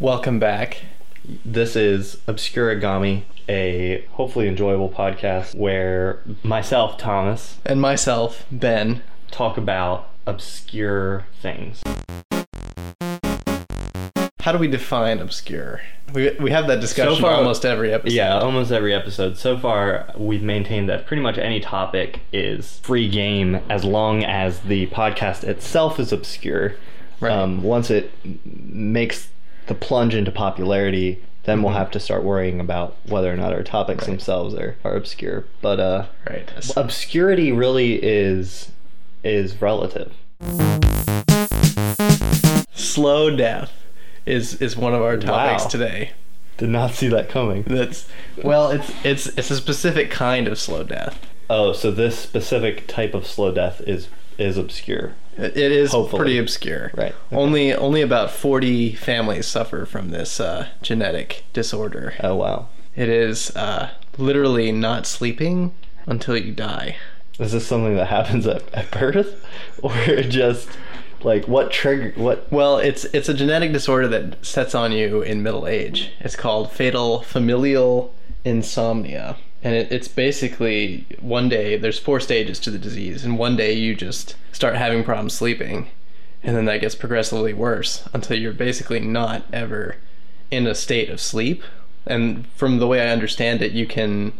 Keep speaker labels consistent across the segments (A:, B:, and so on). A: Welcome back.
B: This is Obscurigami, a hopefully enjoyable podcast where myself, Thomas,
A: And myself, Ben.
B: talk about obscure things.
A: How do we define obscure? We, we have that discussion
B: So far-
A: almost every episode.
B: Yeah, almost every episode. So far, we've maintained that pretty much any topic is free game as long as the podcast itself is obscure.
A: Right.
B: Um, once it m- makes the plunge into popularity, then we'll have to start worrying about whether or not our topics themselves are, are obscure. But uh,
A: Right.
B: obscurity really is is relative.
A: Slow death is is one of our topics
B: Wow.
A: today.
B: Did not see that coming.
A: That's well, it's it's it's a specific kind of slow death.
B: Oh, so this specific type of slow death is is obscure.
A: It it is
B: Hopefully.
A: pretty obscure.
B: Right.
A: Only only about 40 families suffer from this uh, genetic disorder.
B: Oh wow.
A: It is uh, literally not sleeping until you die.
B: Is this something that happens at, at birth, or just like what trigger? What?
A: Well, it's it's a genetic disorder that sets on you in middle age. It's called fatal familial insomnia, and it, it's basically one day there's four stages to the disease, and one day you just start having problems sleeping, and then that gets progressively worse until you're basically not ever in a state of sleep. And from the way I understand it, you can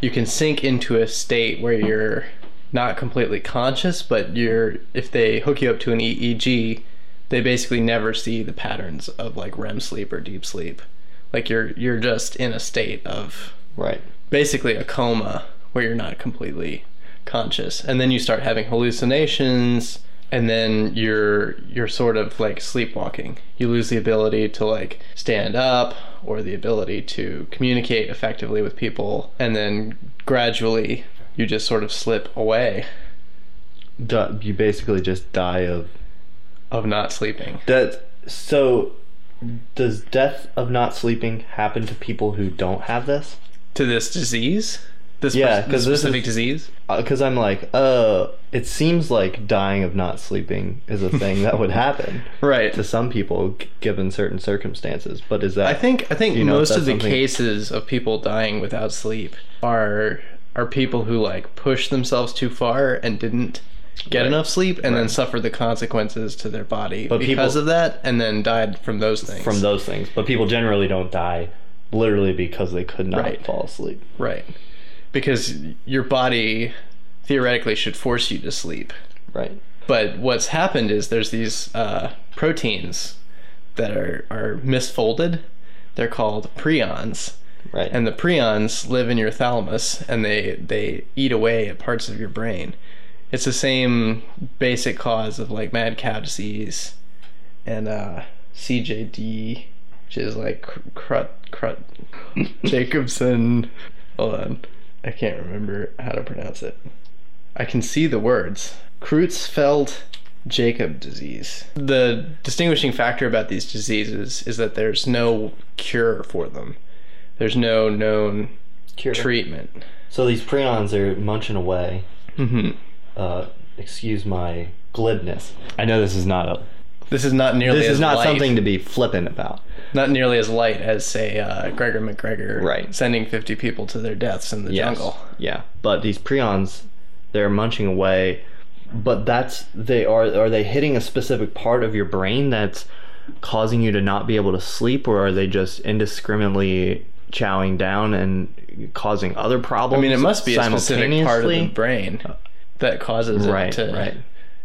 A: you can sink into a state where you're not completely conscious, but you're if they hook you up to an E EEG, they basically never see the patterns of like REM sleep or deep sleep. Like you're you're just in a state of
B: Right.
A: basically a coma where you're not completely conscious and then you start having hallucinations and then you're you're sort of like sleepwalking you lose the ability to like stand up or the ability to communicate effectively with people and then gradually you just sort of slip away
B: Du- you basically just die of
A: of not sleeping
B: that. So, does death of not sleeping happen to people who don't have this?
A: to this disease this,
B: Yeah,
A: pers-
B: 'cause this
A: specific
B: is-
A: disease
B: Because I'm like, uh, it seems like dying of not sleeping is a thing that would happen.
A: right
B: to some people g- given certain circumstances but is that
A: I think I think
B: you know if
A: most of
B: that's
A: the
B: something-
A: cases of people dying without sleep are are people who like pushed themselves too far and didn't get
B: Right.
A: enough sleep and then suffered the consequences to their body
B: But
A: because
B: people-
A: of that and then died from those things.
B: from those things but people generally don't die literally because they could not
A: Right.
B: fall asleep
A: right. Because your body theoretically should force you to sleep.
B: right
A: But what's happened is there's these uh, proteins that are, are misfolded. They're called prions.
B: right
A: and the prions live in your thalamus and they they eat away at parts of your brain it's the same basic cause of like mad cow disease and uh cjd which is like cr- crut crut jacobson hold on i can't remember how to pronounce it i can see the words creutzfeldt jacob disease the distinguishing factor about these diseases is that there's no cure for them there's no known
B: Cure.
A: treatment.
B: so these prions are munching away
A: Mhm.
B: uh excuse my glibness i know this is not a
A: This is not nearly
B: this
A: as
B: is not
A: light,
B: something to be flippant about
A: not nearly as light as say uh, Gregor McGregor
B: Right.
A: sending 50 people to their deaths in the jungle.
B: yeah but these prions they're munching away but that's they are are they hitting a specific part of your brain that's causing you to not be able to sleep or are they just indiscriminately chowing down and causing other problems
A: I mean, it must be a specific part of the
B: simultaneously?
A: brain that causes
B: Right,
A: it to.
B: right.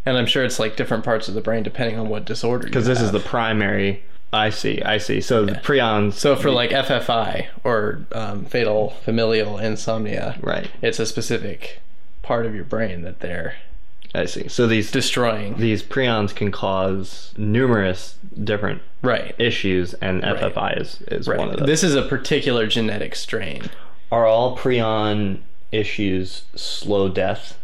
A: And I'm sure it's like different parts of the brain depending on what disorder.
B: because this is the primary i see i see so the prions
A: so for like FFI or um, fatal familial insomnia,
B: right
A: it's a specific part of your brain that they're
B: i see so these
A: destroying.
B: these prions can cause numerous different
A: right.
B: issues and ffi is, is one of
A: Right.
B: those
A: This is a particular genetic strain.
B: are all prion issues slow death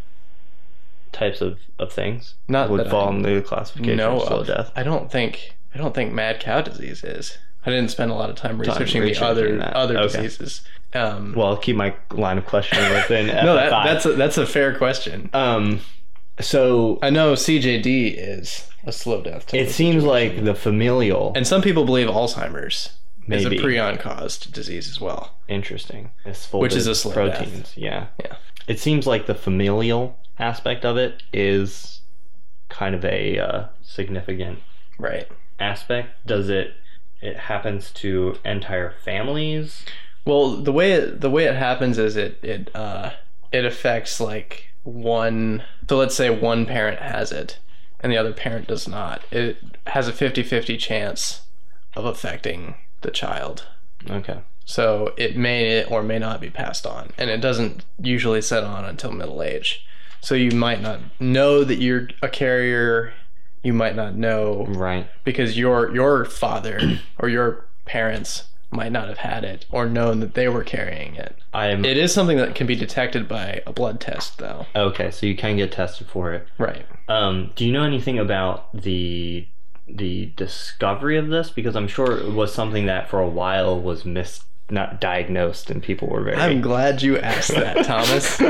B: types of, of things?
A: Not
B: would
A: that
B: fall
A: I
B: into the classification
A: know
B: of slow
A: of.
B: death.
A: I don't think I don't think mad cow disease is. I didn't spend a lot of time researching,
B: researching
A: the other
B: that.
A: other
B: Okay.
A: diseases. Um,
B: Well, I'll keep my line of questioning within
A: no, that,
B: FFI.
A: that's a, that's a fair question.
B: um, So
A: I know CJD is a slow death. type
B: it
A: of
B: seems
A: situation.
B: like the familial.
A: and some people believe Alzheimer's is a
B: Maybe.
A: prion caused disease as well.
B: interesting. It's
A: Which is
B: folded
A: a slow
B: proteins.
A: death.
B: Yeah.
A: Yeah.
B: It seems like the familial aspect of it is kind of a uh, significant
A: Right.
B: aspect. Does it? It happens to entire families.
A: Well, the way it, the way it happens is it it uh, it affects like one. So let's say one parent has it, and the other parent does not. It has a 50-50 chance of affecting the child.
B: Okay.
A: So it may or may not be passed on, and it doesn't usually set on until middle age. So you might not know that you're a carrier. You might not know
B: Right.
A: because your your father or your parents might not have had it or known that they were carrying it.
B: I am.
A: It is something that can be detected by a blood test, though.
B: okay. So you can get tested for it.
A: Right.
B: Um, do you know anything about the the discovery of this? Because I'm sure it was something that for a while was mis not diagnosed, and people were very.
A: I'm glad you asked that, Thomas.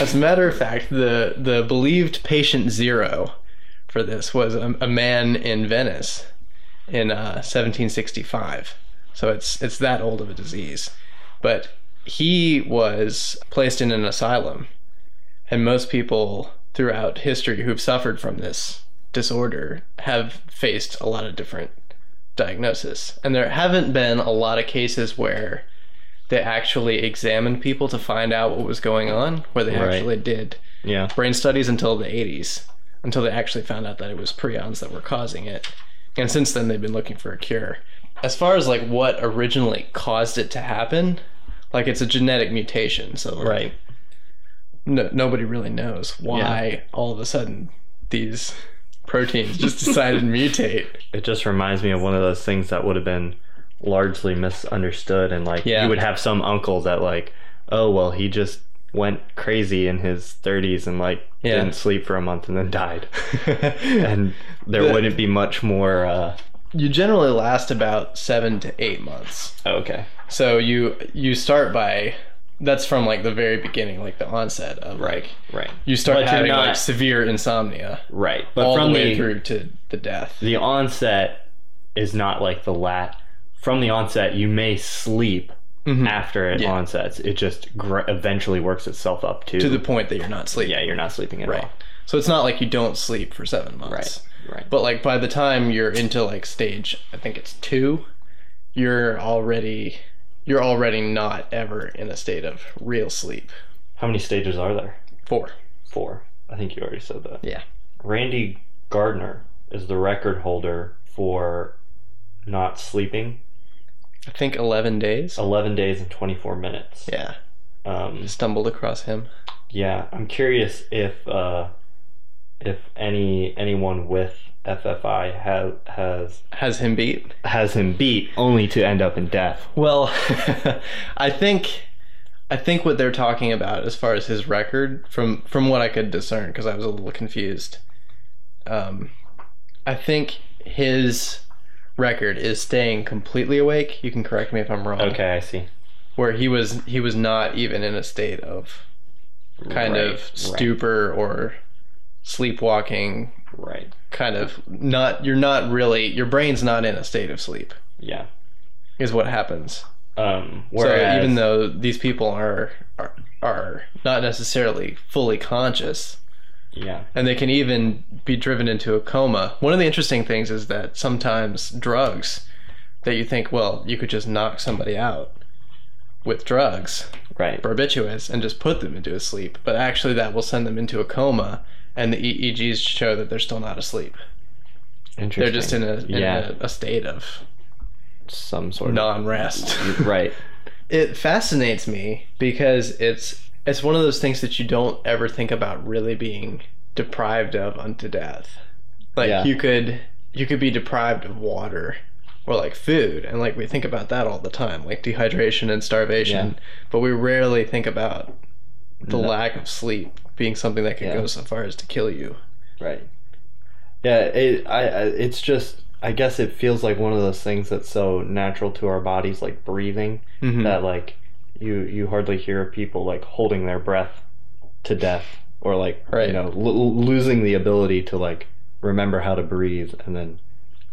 A: As a matter of fact, the the believed patient zero for this was a, a man in Venice in uh, 1765. So it's it's that old of a disease, but he was placed in an asylum, and most people throughout history who've suffered from this disorder have faced a lot of different diagnosis, and there haven't been a lot of cases where they actually examined people to find out what was going on, where they
B: Right.
A: actually did
B: yeah.
A: brain studies until the 80s, until they actually found out that it was prions that were causing it. And since then, they've been looking for a cure. As far as like what originally caused it to happen, like it's a genetic mutation, so like,
B: Right.
A: no, nobody really knows why all of a sudden these proteins just decided to mutate.
B: It just reminds me of one of those things that would have been largely misunderstood, and like
A: Yeah.
B: you would have some uncle that like, oh well, he just went crazy in his 30s and like
A: Yeah.
B: didn't sleep for a month and then died, and there
A: The-
B: wouldn't be much more. Uh,
A: you generally last about seven to eight months.
B: okay.
A: So you you start by that's from like the very beginning, like the onset of like
B: Right.
A: you start
B: But you're
A: having
B: not-
A: like severe insomnia
B: Right. But
A: all
B: from
A: the way through to the death.
B: the onset is not like the lat. From the onset, you may sleep
A: Mhm.
B: after it
A: Yeah.
B: onsets. It just gr- eventually works itself up to,
A: To the point that you're not sleeping.
B: yeah. You're not sleeping at
A: Right. So it's not like you don't sleep for seven months.
B: Right. all. Right.
A: But like by the time you're into like stage, I think it's two, you're already you're already not ever in a state of real sleep.
B: How many stages are there?
A: Four.
B: Four. I think you already said that.
A: Yeah.
B: Randy Gardner is the record holder for not sleeping
A: I think eleven days.
B: 11 days and 24 minutes.
A: Yeah.
B: Um,
A: Stumbled across him.
B: Yeah, I'm curious if uh, if any anyone with FFI has has
A: Has him beat.
B: has him beat only to end up in death.
A: Well, I think I think what they're talking about as far as his record from from what I could discern because I was a little confused. Um, I think his record is staying completely awake. You can correct me if I'm wrong.
B: Okay, I see.
A: Where he was he was not even in a state of kind
B: Right,
A: of stupor or sleepwalking
B: Right. right.
A: kind of not you're not really your brain's not in a state of sleep
B: Yeah.
A: is what happens.
B: Um. Whereas,
A: so even though these people are, are are not necessarily fully conscious,
B: yeah,
A: and they can even be driven into a coma. One of the interesting things is that sometimes drugs that you think, well, you could just knock somebody out with drugs,
B: right.
A: barbiturates, and just put them into a sleep, but actually that will send them into a coma, and the EEGs show that they're still not asleep.
B: Interesting.
A: They're just in a in
B: yeah,
A: a, a state of
B: some sort of
A: non-rest.
B: right.
A: it fascinates me because it's it's one of those things that you don't ever think about really being deprived of unto death. Like
B: Yeah.
A: you could you could be deprived of water or like food and like we think about that all the time, like dehydration and starvation, but we rarely think about the
B: No.
A: lack of sleep being something that could
B: Yeah.
A: go so far as to kill you.
B: Right. Yeah, it, I, I, it's just, I guess it feels like one of those things that's so natural to our bodies, like breathing,
A: Hmm.
B: that like you, you hardly hear of people like holding their breath to death or like
A: Right.
B: you know l- losing the ability to like remember how to breathe and then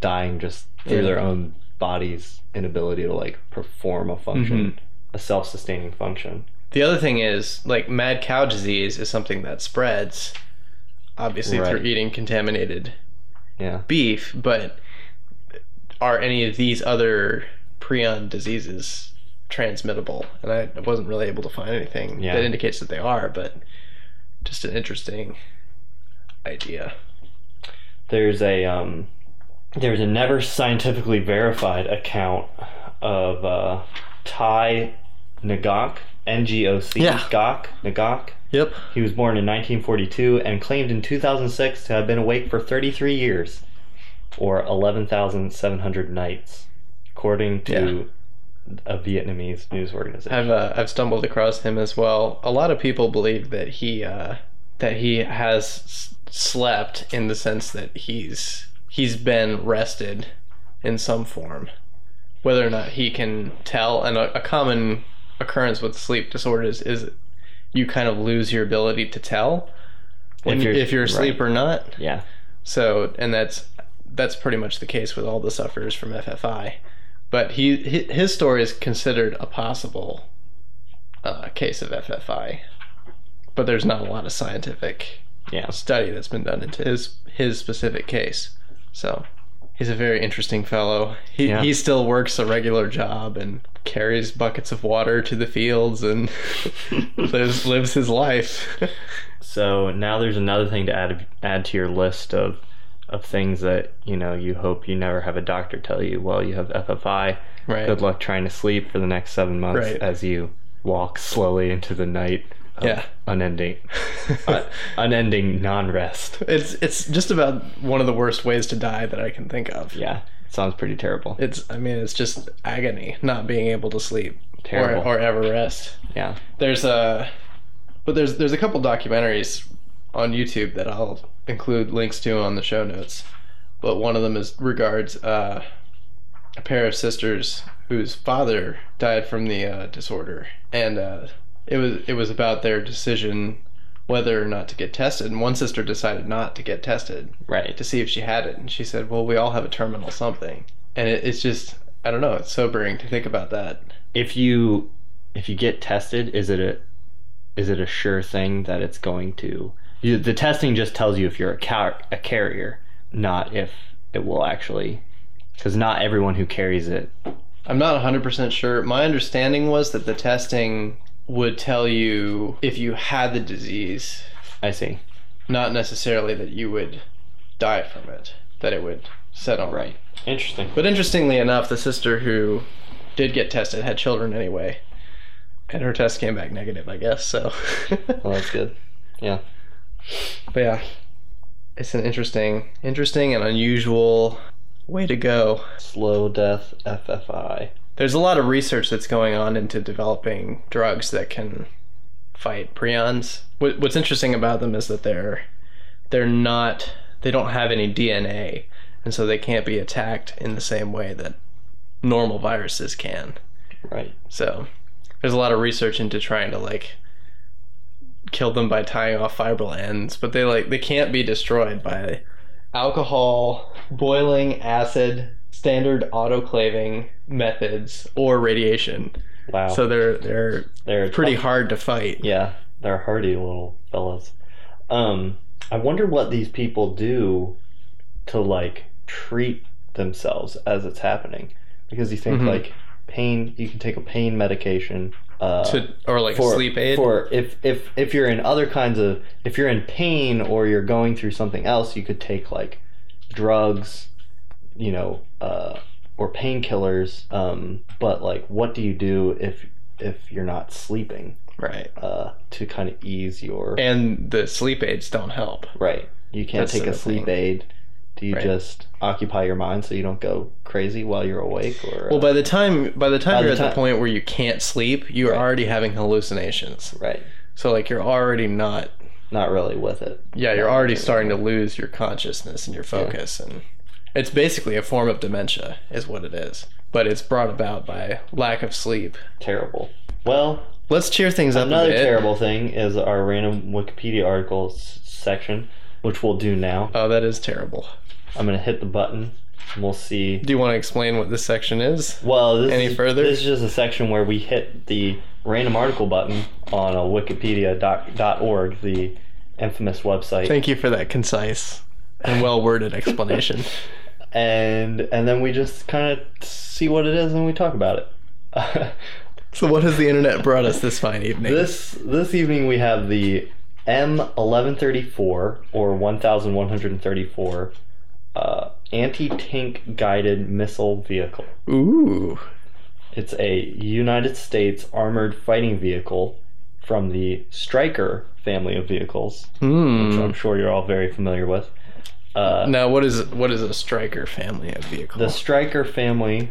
B: dying just through
A: Yeah.
B: their own body's inability to like perform a function
A: Mm-hmm.
B: a self-sustaining function
A: The other thing is, like, mad cow disease is something that spreads, obviously,
B: Right.
A: through eating contaminated
B: yeah
A: beef, but are any of these other prion diseases transmittable? And I wasn't really able to find anything
B: Yeah.
A: that indicates that they are, but just an interesting idea.
B: there's a um, there's a never scientifically verified account of uh, Thai Nagok N G O C
A: Yeah.
B: Gok Nagok.
A: Yep.
B: He was born in 1942 and claimed in 2006 to have been awake for 33 years, or 11,700 nights, according to a Vietnamese news organization.
A: I've uh, I've stumbled across him as well. A lot of people believe that he uh, that he has s- slept in the sense that he's he's been rested in some form. Whether or not he can tell, and a, a common occurrence with sleep disorders is you kind of lose your ability to tell when, if,
B: you're-
A: you're,
B: right.
A: asleep or not.
B: Yeah,
A: So, and that's that's pretty much the case with all the sufferers from FFI. But he hi- his story is considered a possible uh, case of FFI, but there's not a lot of scientific
B: yeah.
A: study that's been done into his his specific case. So, he's a very interesting fellow. He
B: Yeah.
A: he still works a regular job and carries buckets of water to the fields and lives lives his life.
B: So now there's another thing to add add to your list of of things that you know you hope you never have a doctor tell you. Well, you have FFI.
A: right.
B: Good luck trying to sleep for the next seven months
A: Right.
B: as you walk slowly into the night. Of
A: Yeah.
B: Unending, uh, unending non-rest.
A: It's it's just about one of the worst ways to die that I can think of.
B: Yeah, sounds pretty terrible.
A: It's I mean it's just agony not being able to sleep or,
B: terrible.
A: or ever rest.
B: yeah.
A: There's a but there's there's a couple documentaries on YouTube that I'll include links to on the show notes. But one of them is regards uh, a pair of sisters whose father died from the uh, disorder, and uh, it was it was about their decision whether or not to get tested. And one sister decided not to get tested,
B: Right.
A: to see if she had it, and she said, "Well, we all have a terminal something," and it, it's just I don't know. It's sobering to think about that.
B: If you if you get tested, is it a is it a sure thing that it's going to? You, the testing just tells you if you're a car, a carrier, not if it will actually. Because not everyone who carries it.
A: I'm not 100% sure. My understanding was that the testing would tell you if you had the disease,
B: I see.
A: not necessarily that you would die from it, that it would settle right.
B: Interesting.
A: But interestingly enough, the sister who did get tested had children anyway. And her test came back negative, I guess. So,
B: Well, that's good. Yeah.
A: But yeah, it's an interesting, interesting and unusual way to go.
B: Slow death FFI.
A: There's a lot of research that's going on into developing drugs that can fight prions. What, what's interesting about them is that they're they're not they don't have any DNA, and so they can't be attacked in the same way that normal viruses can.
B: Right.
A: So there's a lot of research into trying to like kill them by tying off fibril ends, but they like they can't be destroyed by alcohol, boiling, acid, standard autoclaving methods, or radiation.
B: Wow.
A: So they're they're
B: they're
A: pretty hard to fight.
B: Yeah, they're hardy little fellas. Um, I wonder what these people do to like treat themselves as it's happening, because you think
A: Mhm.
B: like pain, you can take a pain medication. Uh,
A: To, or like
B: for
A: sleep aid.
B: for if if if you're in other kinds of if you're in pain or you're going through something else, you could take like drugs, you know, uh, or painkillers. Um, but like, what do you do if if you're not sleeping?
A: right.
B: uh, to kind of ease your
A: And the sleep aids don't help.
B: right. You can't
A: That's
B: take a
A: the
B: sleep
A: thing.
B: aid. Do you
A: Right.
B: just occupy your mind so you don't go crazy while you're awake? Or
A: Well,
B: uh,
A: by the time by the time
B: By the
A: you're at
B: time-
A: the point where you can't sleep, you're
B: Right.
A: already having hallucinations.
B: uh, right,
A: So like you're already not
B: not really with it.
A: yeah you're already starting to lose your consciousness and your focus and it's basically a form of dementia is what it is but it's brought about by lack of sleep
B: Terrible. Well,
A: Let's cheer things up.
B: Another
A: a bit.
B: terrible thing is our random Wikipedia articles section, which we'll do now.
A: Oh, that is terrible.
B: I'm gonna hit the button. And we'll see.
A: Do you want to explain what this section is?
B: Well, this
A: Any
B: is,
A: further?
B: This is just a section where we hit the random article button on a Wikipedia dot, dot org, the infamous website,
A: Thank you for that concise and well worded explanation.
B: and and then we just kind of see what it is and we talk about it.
A: so, what has the internet brought us this fine evening?
B: this this evening we have the M1134 or 1134 uh, anti-tank guided missile vehicle.
A: Ooh.
B: It's a United States armored fighting vehicle from the Stryker family of vehicles, which
A: Hmm.
B: I'm sure you're all very familiar with. Uh,
A: Now, what is what is a striker family of vehicle?
B: The Stryker family,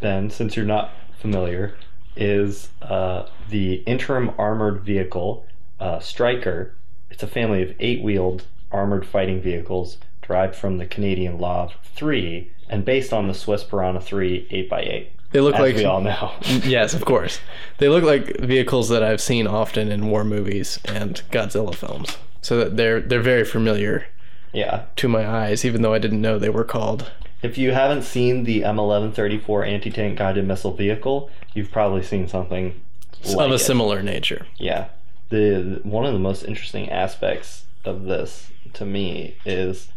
B: then, since you're not familiar, is uh, the interim armored vehicle uh, Stryker. It's a family of eight-wheeled armored fighting vehicles derived from the Canadian Lav 3 and based on the Swiss Piranha 3 8x8,
A: they look
B: as
A: like
B: we all know.
A: yes, of course. They look like vehicles that I've seen often in war movies and Godzilla films. So that they're they're very familiar
B: yeah,
A: to my eyes, even though I didn't know they were called.
B: If you haven't seen the M1134 anti tank guided missile vehicle, you've probably seen something like
A: of a
B: it.
A: similar nature.
B: yeah. The one of the most interesting aspects of this to me is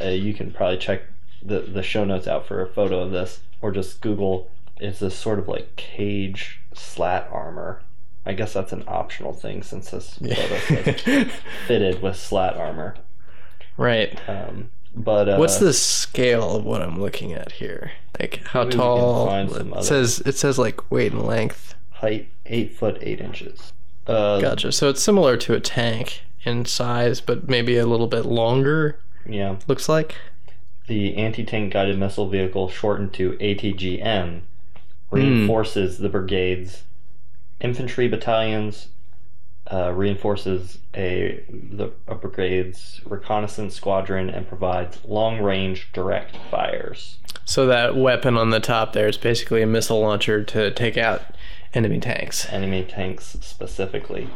B: uh, you can probably check the the show notes out for a photo of this, or just Google. It's this sort of like cage slat armor. I guess that's an optional thing since this photo says fitted with slat armor.
A: right.
B: Um, but uh,
A: What's the scale of what I'm looking at here? Like how
B: Maybe we can
A: tall?
B: find some
A: It
B: other-
A: says it says like weight and length.
B: height? Eight foot eight inches. Uh,
A: Gotcha. So it's similar to a tank in size, but maybe a little bit longer.
B: Yeah,
A: Looks like.
B: the anti-tank guided missile vehicle, shortened to ATGM, reinforces the brigade's infantry battalions, uh, reinforces a the a brigade's reconnaissance squadron, and provides long-range direct fires.
A: So that weapon on the top there is basically a missile launcher to take out enemy tanks.
B: Enemy tanks specifically.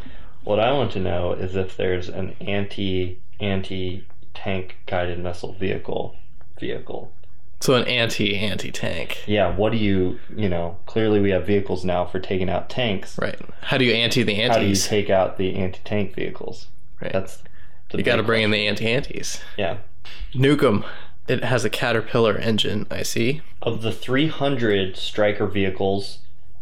B: What I want to know is if there's an anti anti tank guided missile vehicle vehicle
A: So an anti anti tank.
B: yeah what do you you know clearly we have vehicles now for taking out tanks
A: Right. How do you anti the
B: how do you
A: antis?
B: take out the anti-tank vehicles?
A: Right.
B: That's the
A: you got to
B: big-
A: bring in the anti antis.
B: yeah.
A: Nuke 'em. It has a caterpillar engine. I see.
B: Of the 300 striker vehicles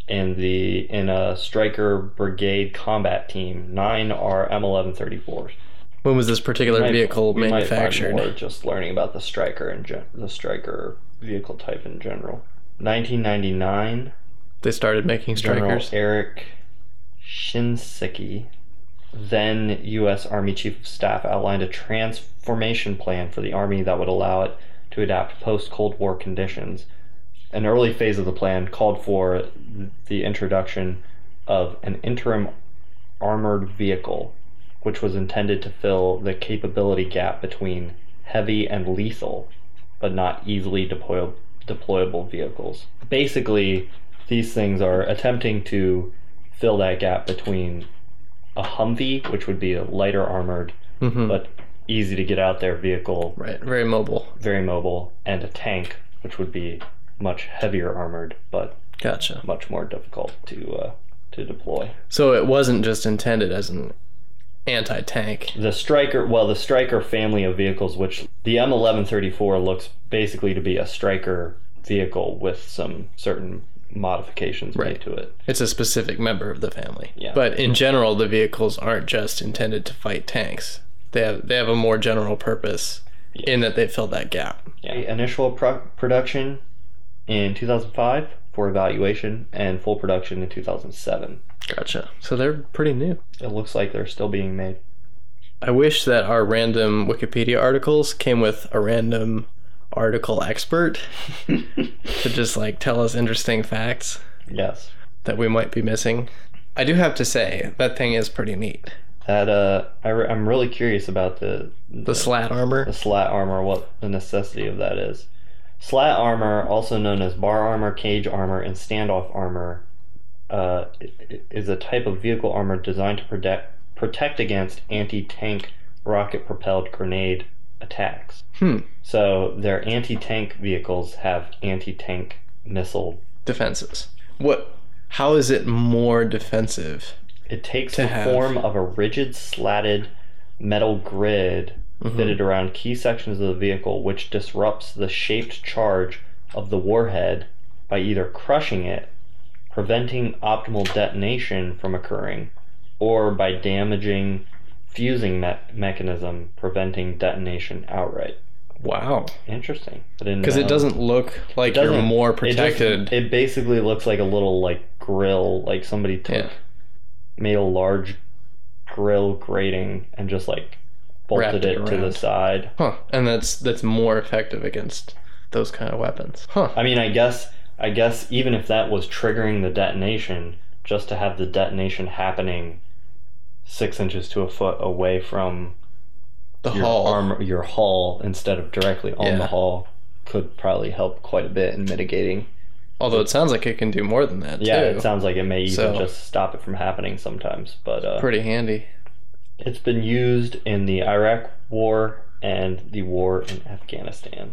B: in the in a striker brigade combat team, nine are M1134s.
A: When was this particular vehicle
B: we might find more
A: manufactured?
B: just learning about the striker and gen- the striker vehicle type in general. 1999,
A: They started making
B: General
A: strikers.
B: Eric Shinseki, then U.S. Army Chief of Staff, outlined a transformation plan for the Army that would allow it to adapt post Cold War conditions. An early phase of the plan called for the introduction of an interim armored vehicle, which was intended to fill the capability gap between heavy and lethal, but not easily deploy- deployable vehicles. Basically, these things are attempting to fill that gap between a Humvee, which would be a lighter armored
A: Mhm.
B: but easy to get out there vehicle,
A: Right. Very mobile.
B: very mobile, and a tank, which would be much heavier armored but
A: Gotcha.
B: much more difficult to uh, to deploy.
A: So it wasn't just intended as an anti tank.
B: The Striker, well, the Striker family of vehicles, which the M1134 looks basically to be a Striker vehicle with some certain modifications
A: Right.
B: made to it.
A: It's a specific member of the family.
B: Yeah.
A: But in general, the vehicles aren't just intended to fight tanks. They have they have a more general purpose in that they fill that gap.
B: Yeah. Initial pro- production in 2005 for evaluation and full production in 2007.
A: Gotcha. So they're pretty new.
B: It looks like they're still being made.
A: I wish that our random Wikipedia articles came with a random article expert to just like tell us interesting facts
B: Yes.
A: that we might be missing. I do have to say that thing is pretty neat.
B: That uh, I re- I'm really curious about the
A: The slat
B: the
A: armor.
B: slat armor, what the necessity of that is. Slat armor, also known as bar armor, cage armor, and standoff armor, uh, i- i- is a type of vehicle armor designed to protect protect against anti-tank rocket-propelled grenade attacks.
A: Hmm.
B: So their anti-tank vehicles have anti-tank missile.
A: Defenses. What? How is it more defensive?
B: It takes
A: To
B: the
A: have.
B: form of a rigid slatted metal grid
A: Mhm.
B: fitted around key sections of the vehicle, which disrupts the shaped charge of the warhead by either crushing it, preventing optimal detonation from occurring, or by damaging fusing me- mechanism, preventing detonation outright.
A: Wow.
B: Interesting. Because
A: Because it doesn't look like you're more protected.
B: It, just- it basically looks like a little like grill, like somebody took
A: Yeah.
B: made a large grill grating and just like bolted
A: Wrapped
B: it,
A: it
B: to the
A: around.
B: side.
A: huh. And that's that's more effective against those kind of weapons. Huh.
B: I mean, I guess, I guess even if that was triggering the detonation, just to have the detonation happening six inches to a foot away from
A: The
B: your
A: hull.
B: armor, your hull instead of directly on the
A: Yeah.
B: hull could probably help quite a bit in mitigating.
A: Although it sounds like it can do more than that
B: Yeah,
A: too.
B: it sounds like it may even
A: So-
B: just stop it from happening sometimes, but uh,
A: Pretty handy.
B: it's been used in the Iraq War and the war in Afghanistan.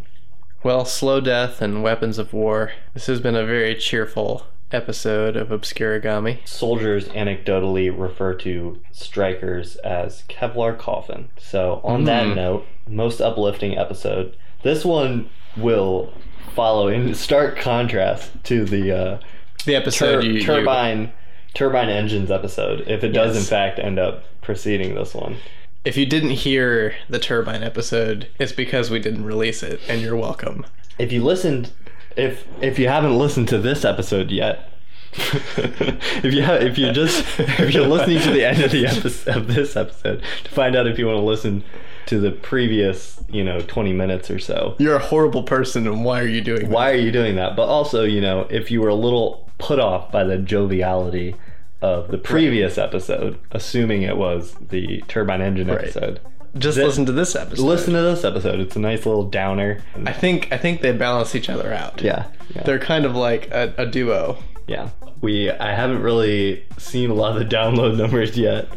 A: Well, slow death and weapons of war. This has been a very cheerful episode of Obscurigami.
B: soldiers anecdotally refer to strikers as Kevlar coffin. So, on that
A: Mm.
B: note, most uplifting episode. This one will follow in stark contrast to the uh,
A: The episode
B: tur-
A: you, you-
B: turbine turbine engines episode. If it does in
A: Yes.
B: fact end up preceding this one,
A: if you didn't hear the turbine episode, it's because we didn't release it, and you're welcome.
B: if you listened, if if you haven't listened to this episode yet. if you ha- if you just if you're listening to the end of the episode of this episode to find out if you want to listen to the previous you know 20 minutes or so
A: You're a horrible person, and why are you doing
B: why are you doing that but also you know if you were a little put off by the joviality of the previous episode assuming it was the turbine engine episode
A: that? Just listen to this episode.
B: listen to this episode it's a nice little downer
A: I think I think they balance each other out.
B: yeah, yeah.
A: They're kind of like a, a duo.
B: Yeah. We I haven't really seen a lot of the download numbers yet,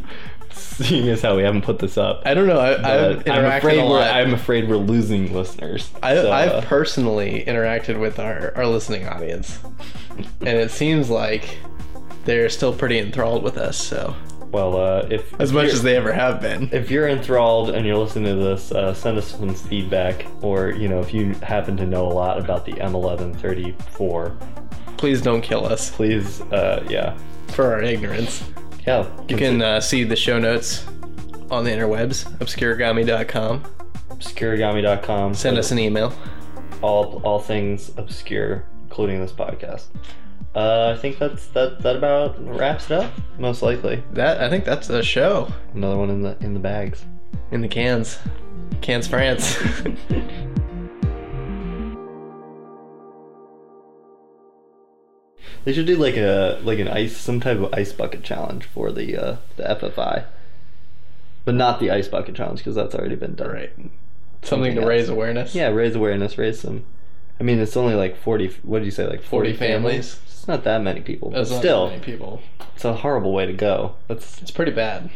B: seeing as how we haven't put this up.
A: I don't know. I, I've
B: But I'm
A: interacted
B: afraid
A: a
B: we're
A: lot.
B: I'm afraid we're losing listeners.
A: I,
B: So, uh,
A: I've personally interacted with our, our listening audience, and it seems like they're still pretty enthralled with us. So
B: well uh, if
A: as
B: if
A: much
B: you're-
A: as they ever have been.
B: if you're enthralled and you're listening to this, uh, send us some feedback, or you know if you happen to know a lot about the M1134,
A: Please don't kill us
B: please uh, yeah
A: for our ignorance.
B: yeah
A: You can uh, see the show notes on the interwebs, obscurigami.com.
B: obscurigami.com
A: Send us an email.
B: all all things obscure, including this podcast. Uh, I think that's that that about wraps it up. Most likely,
A: That I think that's a show
B: another one in the in the bags.
A: in the cans, cans France.
B: They should do like a like an ice some type of ice bucket challenge for the uh, the FFI, but not the ice bucket challenge because that's already been done.
A: right. Something to
B: else.
A: raise awareness.
B: Yeah, raise awareness, raise some. I mean, it's only like forty. What did you say? Like
A: 40 families.
B: It's not that many people, but
A: That's not
B: still,
A: many people.
B: it's a horrible way to go. That's
A: It's pretty bad.